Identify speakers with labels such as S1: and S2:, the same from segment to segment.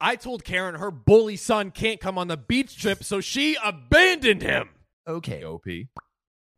S1: I told Karen her bully son can't come on the beach trip, so she abandoned him.
S2: Okay, OP.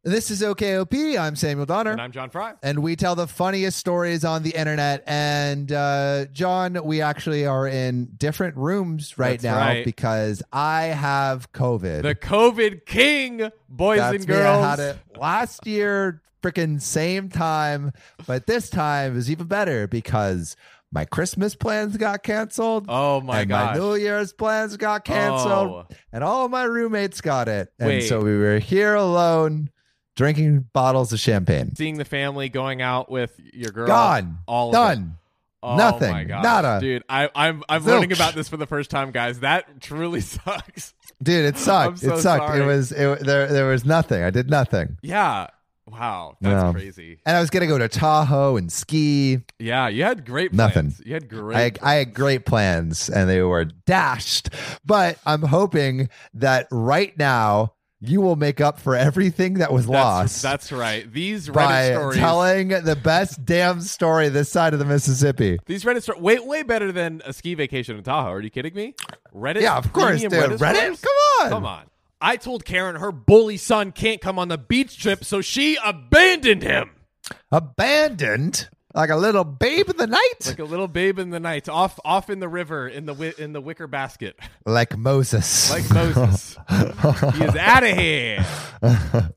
S3: This is OKOP. I'm Samuel Donner.
S1: And I'm John Fry.
S3: and we tell the funniest stories on the internet. And uh, John, we actually are in different rooms right
S1: That's
S3: now
S1: right.
S3: because I have COVID.
S1: The COVID king, boys
S3: That's
S1: and
S3: me.
S1: girls.
S3: I had it last year, freaking same time, but this time is even better because my Christmas plans got canceled.
S1: Oh my
S3: and
S1: gosh.
S3: my New Year's plans got canceled,
S1: Oh.
S3: and all my roommates got it. And
S1: Wait.
S3: so we were here alone drinking bottles of champagne.
S1: Seeing the family going out with your girl.
S3: Gone.
S1: All of it.
S3: Done.
S1: Oh
S3: Nothing.
S1: my gosh.
S3: Nada.
S1: Dude, I, I'm I'm
S3: Zilch.
S1: learning about this for the first time, guys. That truly sucks.
S3: Dude, it
S1: I'm
S3: sucked.
S1: so
S3: it sucked.
S1: sorry.
S3: It was it, there. There was nothing. I did nothing,
S1: Yeah. Wow. That's
S3: No.
S1: crazy.
S3: and I was gonna go to Tahoe and ski.
S1: Yeah, you had great plans.
S3: Nothing.
S1: You had great
S3: I, I had
S1: plans.
S3: great plans, and they were dashed. But I'm hoping that right now you will make up for everything that was
S1: that's,
S3: lost
S1: That's right. These Reddit
S3: by
S1: stories
S3: telling the best damn story this side of the Mississippi.
S1: These Reddit stories way way better than a ski vacation in Tahoe. Are you kidding me? Reddit,
S3: yeah, of course, dude.
S1: premium
S3: Reddit,
S1: stories?
S3: come on.
S1: Come on. I told Karen her bully son can't come on the beach trip, so she abandoned him
S3: abandoned like a little babe in the night,
S1: like
S3: like,
S1: a little babe in the night, off off in the river in the wi- in the wicker basket,
S3: Moses.
S1: like Moses. he is out of here.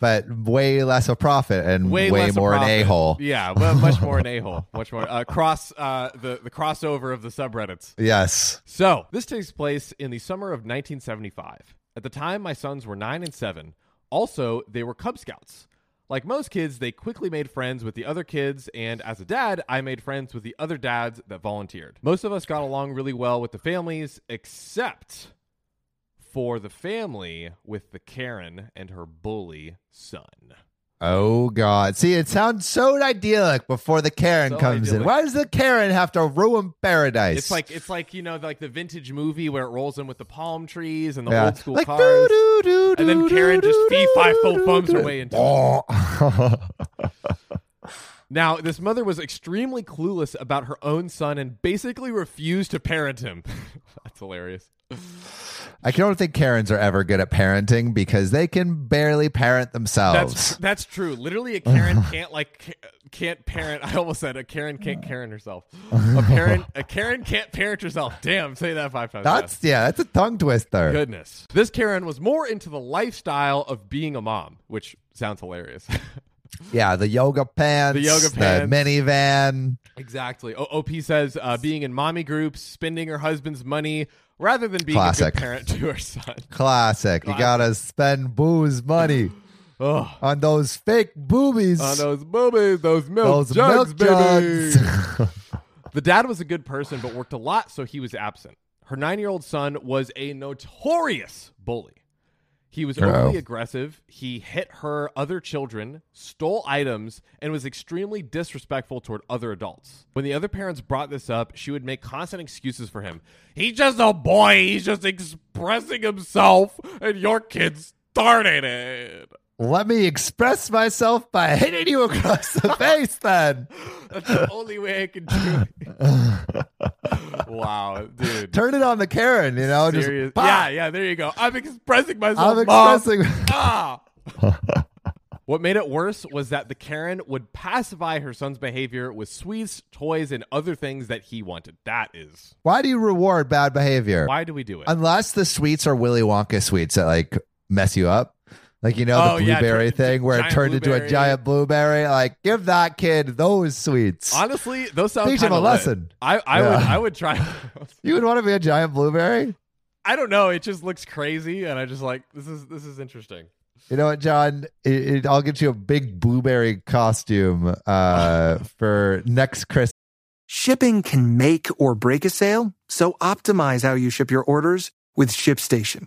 S3: but way less a profit and way,
S1: Way, less a
S3: more an
S1: prophet.
S3: a hole.
S1: Yeah, well, much more an a hole. Much more uh, cross uh, the the crossover of the subreddits.
S3: Yes.
S1: So, this takes place in the summer of 1975. At the time, my sons were nine and seven. Also, they were Cub Scouts. Like most kids, they quickly made friends with the other kids, and as a dad, I made friends with the other dads that volunteered. Most of us got along really well with the families, except for the family with the Karen and her bully son.
S3: Oh God! See, it sounds so idyllic before the Karen
S1: So
S3: comes in.
S1: idyllic.
S3: Why does the Karen have to ruin paradise?
S1: It's like it's like you know like the vintage movie where it rolls in with the palm trees and the
S3: Yeah.
S1: old school
S3: Like,
S1: cars.
S3: doo, doo, doo,
S1: And then
S3: doo,
S1: Karen
S3: doo,
S1: just
S3: doo,
S1: fee, fi, fo,
S3: doo,
S1: fums her
S3: doo.
S1: way into it.
S3: Oh.
S1: Now, this mother was extremely clueless about her own son and basically refused to parent him. That's hilarious.
S3: I don't think Karens are ever good at parenting because they can barely parent themselves.
S1: That's that's true. Literally, a Karen can't like ca- can't parent. I almost said a Karen can't Karen herself. A parent a Karen can't parent herself. Damn, say that five times. fast.
S3: That's yeah, that's a tongue twister.
S1: goodness. This Karen was more into the lifestyle of being a mom, which sounds hilarious.
S3: Yeah, the yoga pants,
S1: The yoga pants.
S3: the minivan.
S1: exactly. O- OP says uh, being in mommy groups, spending her husband's money rather than being a
S3: Classic.
S1: good parent to her son.
S3: Classic. You gotta spend booze money
S1: Ugh.
S3: on those fake boobies.
S1: On those boobies, those milk
S3: Those
S1: jugs,
S3: milk jugs.
S1: baby. the dad was a good person, but worked a lot, so he was absent. Her nine-year-old son was a notorious bully. He was
S3: Uh-oh.
S1: overly aggressive. He hit her other children, stole items, and was extremely disrespectful toward other adults. When the other parents brought this up, she would make constant excuses for him. He's just a boy. He's just expressing himself, and your kid started it.
S3: Let me express myself by hitting you across the face then.
S1: That's the only way I can do it. wow, dude.
S3: Turn it on the Karen, you know,
S1: Serious-
S3: just pop.
S1: yeah, yeah, there you go. I'm expressing myself.
S3: I'm
S1: Mom.
S3: expressing
S1: Ah! what made it worse was that the Karen would pacify her son's behavior with sweets, toys, and other things that he wanted. That is.
S3: Why do you reward bad behavior?
S1: Why do we do it?
S3: Unless the sweets are Willy Wonka sweets that like mess you up. Like you know
S1: Oh,
S3: the
S1: yeah,
S3: blueberry
S1: gi-
S3: thing where it
S1: giant
S3: turned into
S1: blueberry.
S3: a giant blueberry. Like give that kid those sweets.
S1: Honestly, those sound
S3: Teach him
S1: kinda
S3: a
S1: lit.
S3: lesson.
S1: I, I would
S3: Yeah.
S1: I would try.
S3: You would want to be a giant blueberry?
S1: I don't know. It just looks crazy, and I just like this is this is interesting.
S3: You know what, John? It, it, I'll get you a big blueberry costume uh, for next Christmas.
S4: Shipping can make or break a sale, so optimize how you ship your orders with ShipStation.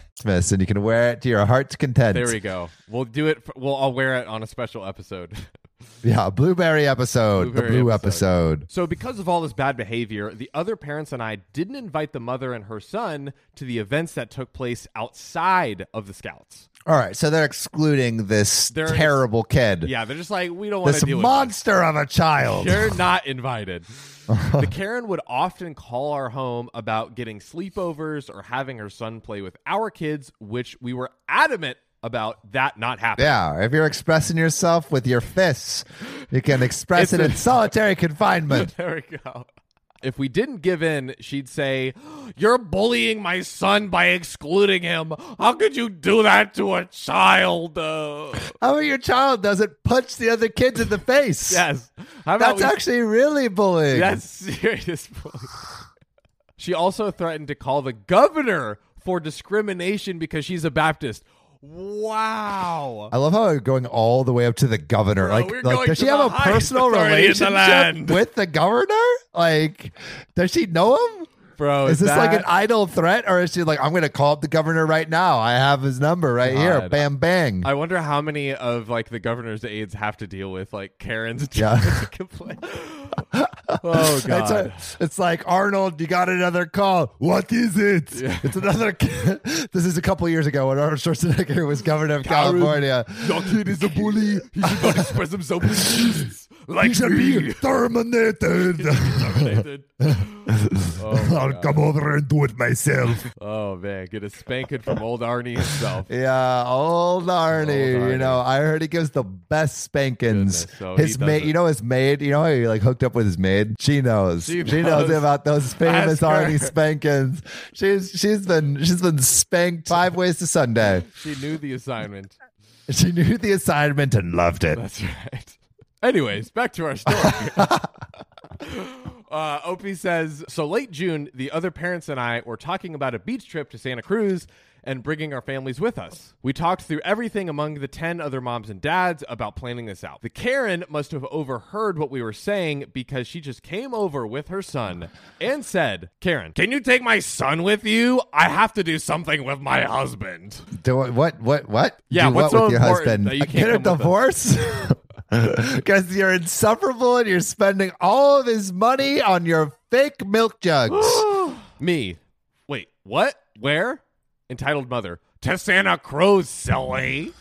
S3: Christmas, and you can wear it to your heart's content.
S1: There we go. We'll do it. For, we'll I'll wear it on a special episode.
S3: Yeah, blueberry episode, the
S1: Blueberry
S3: blue
S1: episode.
S3: episode.
S1: So, because of all this bad behavior, the other parents and I didn't invite the mother and her son to the events that took place outside of the scouts.
S3: All right, so they're excluding this
S1: They're-
S3: terrible kid.
S1: Yeah, they're just like, we don't want
S3: This
S1: to deal with this.
S3: monster of a child.
S1: You're not invited. the Karen would often call our home about getting sleepovers or having her son play with our kids, which we were adamant about that not happening.
S3: Yeah, if you're expressing yourself with your fists, you can
S1: It's
S3: express it
S1: a-
S3: in solitary confinement.
S1: There we go. If we didn't give in, she'd say, You're bullying my son by excluding him. How could you do that to a child? Uh,
S3: How about your child doesn't punch the other kids in the face?
S1: yes. How about
S3: That's
S1: we-
S3: actually really bullying.
S1: That's serious bullying. she also threatened to call the governor for discrimination because she's a Baptist. Wow.
S3: I love how we're going all the way up to the governor.
S1: Bro,
S3: like,
S1: we're
S3: like
S1: going
S3: does
S1: to
S3: she have
S1: the
S3: a
S1: highest
S3: personal
S1: authority in the
S3: relationship
S1: land.
S3: with the governor? Like, does she know him?
S1: Bro,
S3: is this like an
S1: that-
S3: idle threat, or is she like, I'm going to call up the governor right now? I have his number right here.
S1: God. Oh,
S3: Bam, bang.
S1: I wonder how many of like the governor's aides have to deal with like Karen's
S3: Yeah.
S1: complaint. oh god.
S3: It's, a- it's like Arnold, you got another call. What is it? It's another. this is a couple years ago when Arnold Schwarzenegger was governor of California.
S1: Your kid is a bully. He should not express himself with Jesus.
S3: he should be terminated.
S1: Terminated. Oh, my
S3: I'll
S1: God.
S3: come over and do it myself.
S1: oh man, get a spanking from old Arnie himself.
S3: Yeah, old Arnie.
S1: Old
S3: You
S1: Arnie.
S3: know, I heard he gives the best spankings.
S1: Goodness, so he
S3: his
S1: does
S3: maid,
S1: it.
S3: you know, his maid. You know, how he like hooked up with his maid. She knows. She
S1: She
S3: knows,
S1: knows.
S3: about those
S1: Ask
S3: famous
S1: her.
S3: Arnie spankings. She's she's been she's been spanked five ways to Sunday.
S1: She knew the assignment.
S3: She knew the assignment and loved it.
S1: That's right. Anyways, back to our story. uh, Opie says So late June, the other parents and I were talking about a beach trip to Santa Cruz and bringing our families with us. We talked through everything among the 10 other moms and dads about planning this out. The Karen must have overheard what we were saying because she just came over with her son and said, Karen, can you take my son with you? I have to do something with my husband.
S3: Do I- what? What? What?
S1: Yeah,
S3: Do
S1: what's
S3: what
S1: so
S3: with your
S1: important
S3: husband? Uh,
S1: that you
S3: Get a
S1: can't come
S3: divorce. Because you're insufferable and you're spending all of his money on your fake milk jugs.
S1: Me. Wait, what? Where? Entitled mother. To Santa Cruz, silly.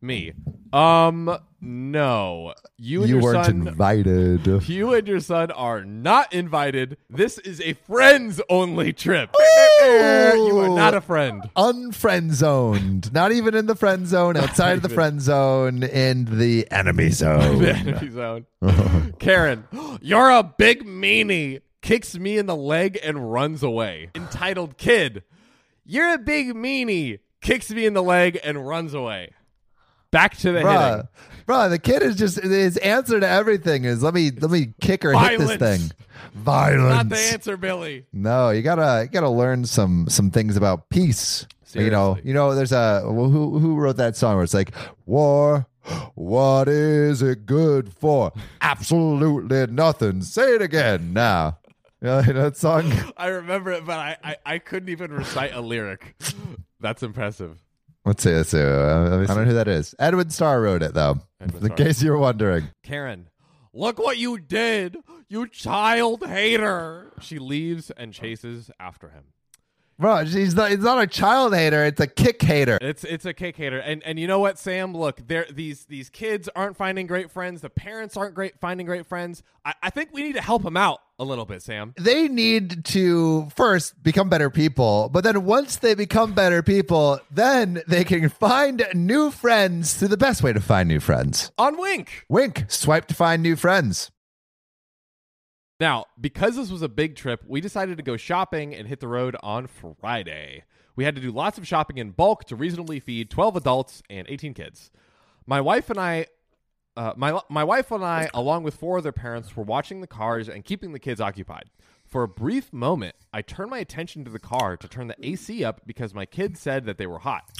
S1: Me. Um, no. You and
S3: you
S1: your
S3: weren't
S1: son.
S3: invited.
S1: you and your son are not invited. This is a friends only trip. You are not a friend.
S3: unfriend zoned. Not even in the friend zone, outside of the friend zone, in the enemy
S1: The
S3: zone.
S1: enemy zone. Karen, you're a big meanie. Kicks me in the leg and runs away. Entitled kid, you're a big meanie. Kicks me in the leg and runs away. Back to the hitting.
S3: Bruh, bruh, the kid is just his answer to everything is let me let me kick or hit this
S1: Violence.
S3: thing. Violence.
S1: Not the answer, Billy.
S3: No, you gotta you gotta learn some some things about peace. You know,
S1: Seriously.
S3: you know. There's a who who wrote that song where it's like war. What is it good for? Absolutely nothing. Say it again now. You know that song.
S1: I remember it, but I, I, I couldn't even recite a lyric. That's impressive.
S3: Let's see. Let's see. Uh, let me see. I don't know who that is. Edwin Starr wrote it, though,
S1: Edwin
S3: in
S1: Starr.
S3: case you're wondering.
S1: Karen, look what you did, you child hater. She leaves and chases after him.
S3: Bro, he's not, he's not a child hater. It's a kick hater.
S1: It's it's a cake hater, and and you know what, Sam? Look, there these these kids aren't finding great friends. The parents aren't great finding great friends. I, I think we need to help them out a little bit, Sam.
S3: They need to first become better people, but then once they become better people, then they can find new friends through the best way to find new friends.
S1: On Wink.
S3: Wink, swipe to find new friends.
S1: Now, because this was a big trip, we decided to go shopping and hit the road on Friday. We had to do lots of shopping in bulk to reasonably feed 12 adults and 18 kids. My wife and I, uh, my my wife and I, along with four other parents, were watching the cars and keeping the kids occupied. For a brief moment, I turned my attention to the car to turn the AC up because my kids said that they were hot.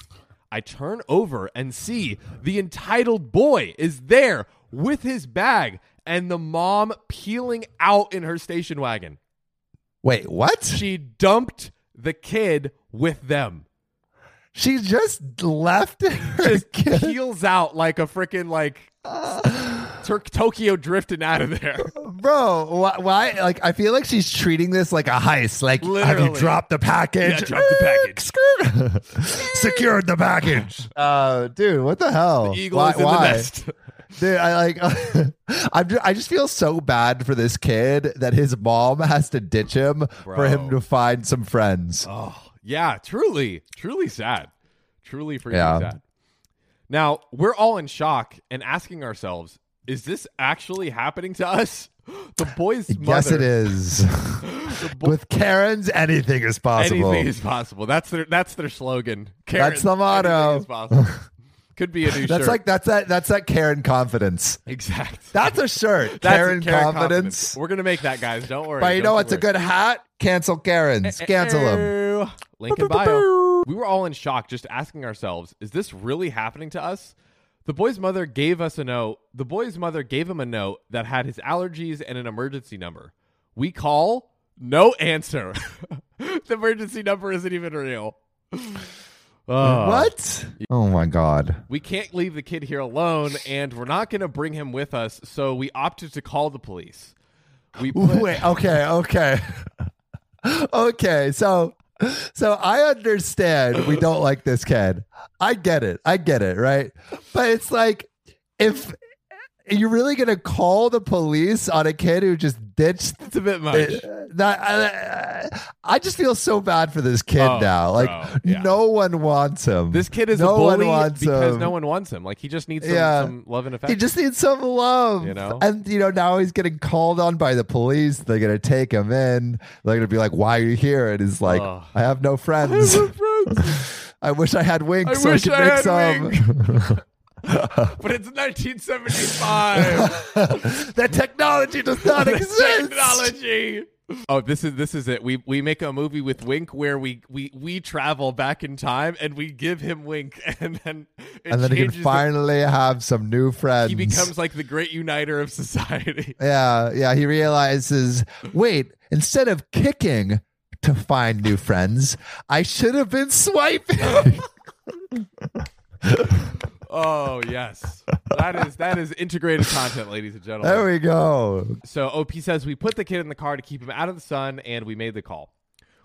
S1: I turn over and see the entitled boy is there with his bag and the mom peeling out in her station wagon.
S3: Wait, what?
S1: She dumped the kid with them.
S3: She just left her
S1: Just
S3: kid.
S1: peels out like a freaking like Tur- Tokyo drifting out of there.
S3: Bro, why, why? Like, I feel like she's treating this like a heist. Like, have you
S1: Literally.
S3: dropped the package?
S1: Yeah, drop the package.
S3: Skirt. Secured the package. Uh, dude, what the hell?
S1: Eagle
S3: Why-
S1: is in
S3: why?
S1: the nest.
S3: Dude, I like. I'm. Just, I just feel so bad for this kid that his mom has to ditch him for
S1: Bro.
S3: him to find some friends.
S1: Oh, yeah, truly, truly sad. Truly freaking
S3: Yeah.
S1: sad. Now, we're all in shock and asking ourselves, is this actually happening to us? The boy's mother.
S3: yes, it is.
S1: The boy-
S3: With Karen's, anything is possible.
S1: Anything is possible. That's their that's their slogan. Karen,
S3: That's the motto.
S1: anything is possible. Could be a new
S3: that's
S1: shirt.
S3: like that's that that's that Karen confidence.
S1: exact.
S3: That's a shirt.
S1: That's
S3: Karen, confidence.
S1: We're gonna make that, guys. Don't worry.
S3: But you
S1: Don't
S3: know
S1: you
S3: what's a
S1: worry.
S3: good hat? Cancel Karen's.
S1: Eh,
S3: Cancel them.
S1: Ew. Link in bio. We were all in shock just asking ourselves, is this really happening to us? The boy's mother gave us a note. The boy's mother gave him a note that had his allergies and an emergency number. We call, no answer. the emergency number isn't even real. Ugh.
S3: What? Oh my god.
S1: We can't leave the kid here alone, and we're not going to bring him with us, so we opted to call the police. We put-
S3: Wait, okay, okay. okay, so so I understand we don't like this kid. I get it. I get it, right? But it's like if you're really going to call the police on a kid who just ditched
S1: it's a bit much.
S3: it- that I, I just feel so bad for this kid
S1: Oh,
S3: now. Like
S1: bro, yeah.
S3: no one wants him.
S1: This kid is
S3: no
S1: a bully
S3: one wants
S1: because
S3: him.
S1: no one wants him. Like he just needs some,
S3: Yeah.
S1: some love and
S3: He
S1: affection.
S3: just needs some love,
S1: You know?
S3: And you know now he's getting called on by the police. They're gonna take him in. They're gonna be like, "Why are you here?" And he's like,
S1: Ugh.
S3: "I have no friends. I wish I had Wink
S1: I
S3: so
S1: wish
S3: I could
S1: I
S3: make
S1: had
S3: some."
S1: but it's 1975.
S3: that technology does not exist.
S1: Technology. Oh, this is this is it. We we make a movie with Wink where we we we travel back in time and we give him Wink and then it
S3: And then he
S1: changes.
S3: can
S1: the-
S3: finally have some new friends.
S1: he becomes like the great uniter of society.
S3: Yeah, yeah. He realizes, wait, instead of kicking to find new friends, I should have been swiping.
S1: Oh yes, that is that is integrated content, ladies and gentlemen.
S3: there we go.
S1: So OP says we put the kid in the car to keep him out of the sun, and we made the call.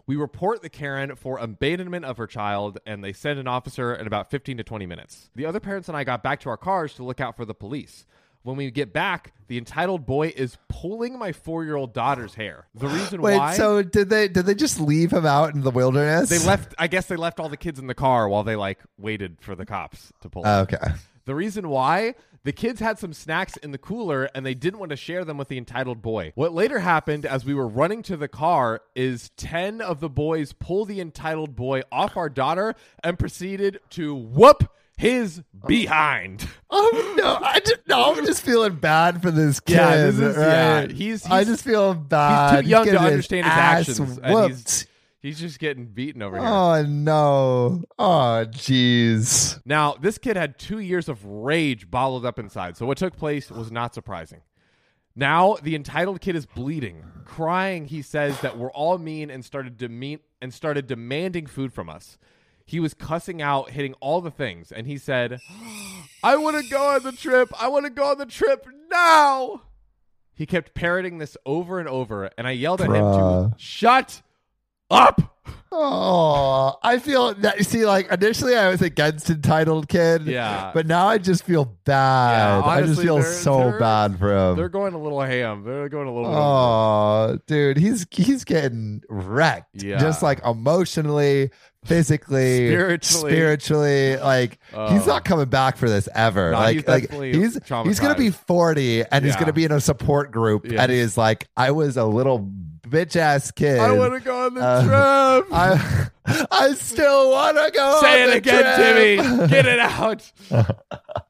S1: We report the Karen for abandonment of her child, and they send an officer in about 15 to 20 minutes. The other parents and I got back to our cars to look out for the police. When we get back, the entitled boy is pulling my four-year-old daughter's hair. The reason
S3: Wait,
S1: why
S3: so did they did they just leave him out in the wilderness?
S1: they left, I guess they left all the kids in the car while they like waited for the cops to pull.
S3: Oh,
S1: up.
S3: okay.
S1: The reason why the kids had some snacks in the cooler and they didn't want to share them with the entitled boy. What later happened as we were running to the car is 10 of the boys pull the entitled boy off our daughter and proceeded to whoop his behind.
S3: Oh no! I just no. I'm just feeling bad for this kid.
S1: Yeah, this is- yeah,
S3: right?
S1: he's-
S3: I
S1: he's-
S3: just feel bad.
S1: He's too young to
S3: getting his
S1: understand his
S3: ass
S1: actions. and
S3: Whooped.
S1: he's, he's just getting beaten over here.
S3: oh no! Oh jeez.
S1: Now, this kid had two years of rage bottled up inside, so what took place was not surprising. Now, the entitled kid is bleeding, crying. He says that we're all mean and started demean and started demanding food from us. He was cussing out, hitting all the things, and he said, "I want to go on the trip. I want to go on the trip now." He kept parroting this over and over, and I yelled at him to
S3: Bruh.
S1: shut up.
S3: Oh, I feel that. See, like initially I was against entitled kid.
S1: Yeah.
S3: But now I just feel bad.
S1: Yeah,
S3: I just
S1: honestly,
S3: feel
S1: they're-
S3: so
S1: they're-
S3: bad for him.
S1: They're going a little ham. They're going a little.
S3: Oh, dude, he's he's getting wrecked.
S1: Yeah.
S3: Just like emotionally, physically,
S1: Spiritually.
S3: spiritually. Like
S1: Oh.
S3: he's not coming back for this ever.
S1: No,
S3: like
S1: he's
S3: like
S1: definitely
S3: he's he's gonna be
S1: traumatized.
S3: forty and he's
S1: Yeah.
S3: gonna be in a support group
S1: Yes.
S3: and he's like, I was a little bitch ass kid.
S1: I want to go on the
S3: Uh,
S1: trip.
S3: I I still wanna go.
S1: Say
S3: on
S1: it
S3: the
S1: again,
S3: trip.
S1: Timmy. Get it out.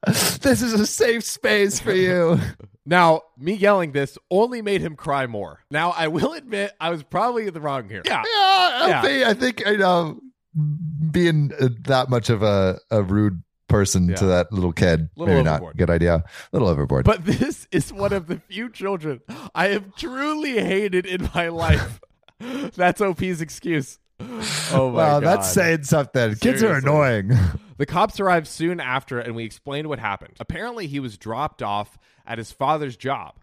S3: this is a safe space for you.
S1: Now, me yelling this only made him cry more. Now, I will admit, I was probably in the wrong here. Yeah.
S3: yeah,
S1: Yeah.
S3: I think I think you know being uh, that much of a, a rude person to
S1: Yeah.
S3: that little kid
S1: Little
S3: maybe
S1: overboard.
S3: not good idea. A little overboard.
S1: But this is one of the few children I have truly hated in my life. That's OP's excuse. Oh my
S3: wow,
S1: god.
S3: that's saying something. Kids are
S1: Seriously.
S3: annoying.
S1: The cops arrived soon after and we explained what happened. Apparently, he was dropped off at his father's job.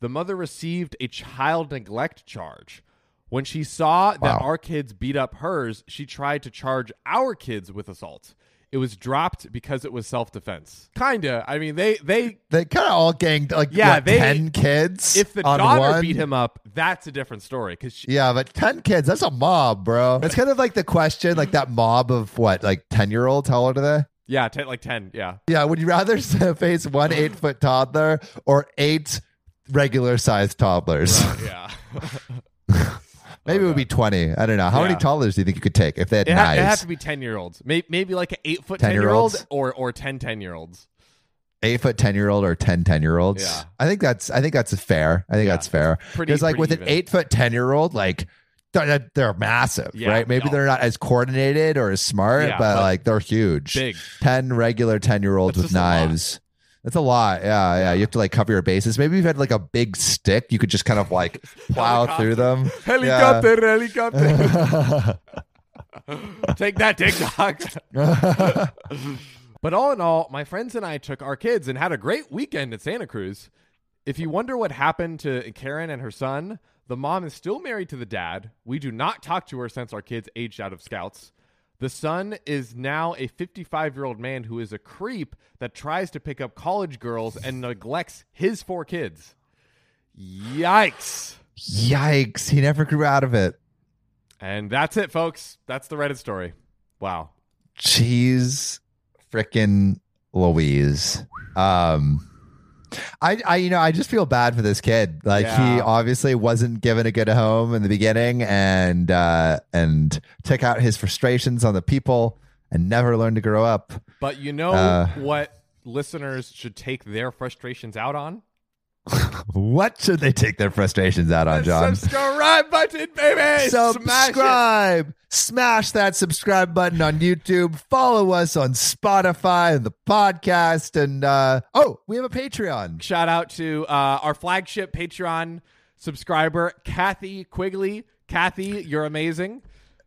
S1: The mother received a child neglect charge. When she saw that
S3: Wow.
S1: our kids beat up hers, she tried to charge our kids with assault. It was dropped because it was self defense. Kinda. I mean, they they
S3: they kind of all ganged like
S1: Yeah,
S3: what,
S1: they-
S3: ten kids.
S1: if the
S3: on
S1: daughter
S3: one?
S1: beat him up, that's a different story. Because she,
S3: Yeah, but ten kids, that's a mob, bro. That's kind of like the question, like that mob of what, like ten year olds, how old are they?
S1: yeah, ten, like ten, yeah.
S3: Yeah, would you rather face one eight foot toddler or eight regular sized toddlers?
S1: Yeah.
S3: Maybe it would be 20. I don't know. How
S1: Yeah.
S3: many toddlers do you think you could take if they had
S1: It, ha- it had
S3: knives?
S1: to be 10 year olds. Maybe, maybe like an 8 foot 10 year old
S3: 10-year-olds?
S1: or, or 10 10 year olds.
S3: Eight foot 10 year old or 10 10 year olds?
S1: Yeah.
S3: I think that's, I think that's fair. I think
S1: Yeah.
S3: that's fair.
S1: Pretty-
S3: Because like
S1: pretty
S3: with
S1: even.
S3: an eight foot 10 year old, like they're, they're massive,
S1: Yeah,
S3: right? Maybe
S1: no.
S3: they're not as coordinated or as smart,
S1: Yeah,
S3: but,
S1: but
S3: like they're huge.
S1: Big.
S3: 10 regular 10 year olds
S1: That's
S3: with
S1: just a lot.
S3: knives. That's a lot. Yeah, yeah. You have to like cover your bases. Maybe if you had like a big stick, you could just kind of like plow through them. Yeah.
S1: Helicopter, helicopter. take that, TikTok. but all in all, my friends and I took our kids and had a great weekend at Santa Cruz. If you wonder what happened to Karen and her son, the mom is still married to the dad. We do not talk to her since our kids aged out of scouts. The son is now a 55 year old man who is a creep that tries to pick up college girls and neglects his four kids. Yikes.
S3: Yikes. He never grew out of it.
S1: And that's it, folks. That's the Reddit story. Wow.
S3: Cheese, frickin' Louise. Um, I, I, you know, I just feel bad for this kid. Like he
S1: Yeah.
S3: obviously wasn't given a good home in the beginning, and uh, and took out his frustrations on the people, and never learned to grow up.
S1: But you know
S3: Uh.
S1: what listeners should take their frustrations out on?
S3: What should they take their frustrations out on, John?
S1: Subscribe button, baby! Smash
S3: subscribe smash that subscribe button on youtube follow us on spotify and the podcast and uh oh we have a
S1: it.
S3: patreon
S1: Shout out to uh, our flagship Patreon subscriber, Kathy Quigley. Kathy, you're amazing.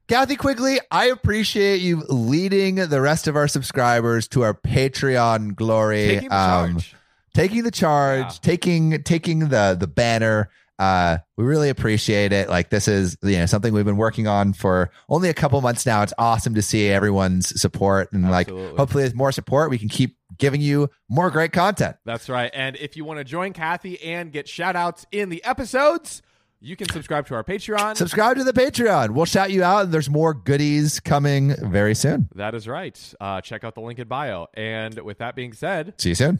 S3: kathy quigley i appreciate you leading the rest of our subscribers to our patreon glory
S1: Taking the
S3: Um,
S1: charge.
S3: taking the charge
S1: Yeah.
S3: taking taking the the banner uh we really appreciate it like this is you know something we've been working on for only a couple months now it's awesome to see everyone's support and
S1: Absolutely.
S3: like hopefully with more support we can keep giving you more great content
S1: That's right. And if you want to join Kathy and get shout outs in the episodes, you can subscribe to our Patreon.
S3: subscribe to the patreon we'll shout you out and there's more goodies coming very soon
S1: That is right. Uh, check out the link in bio. And with that being said,
S3: see you soon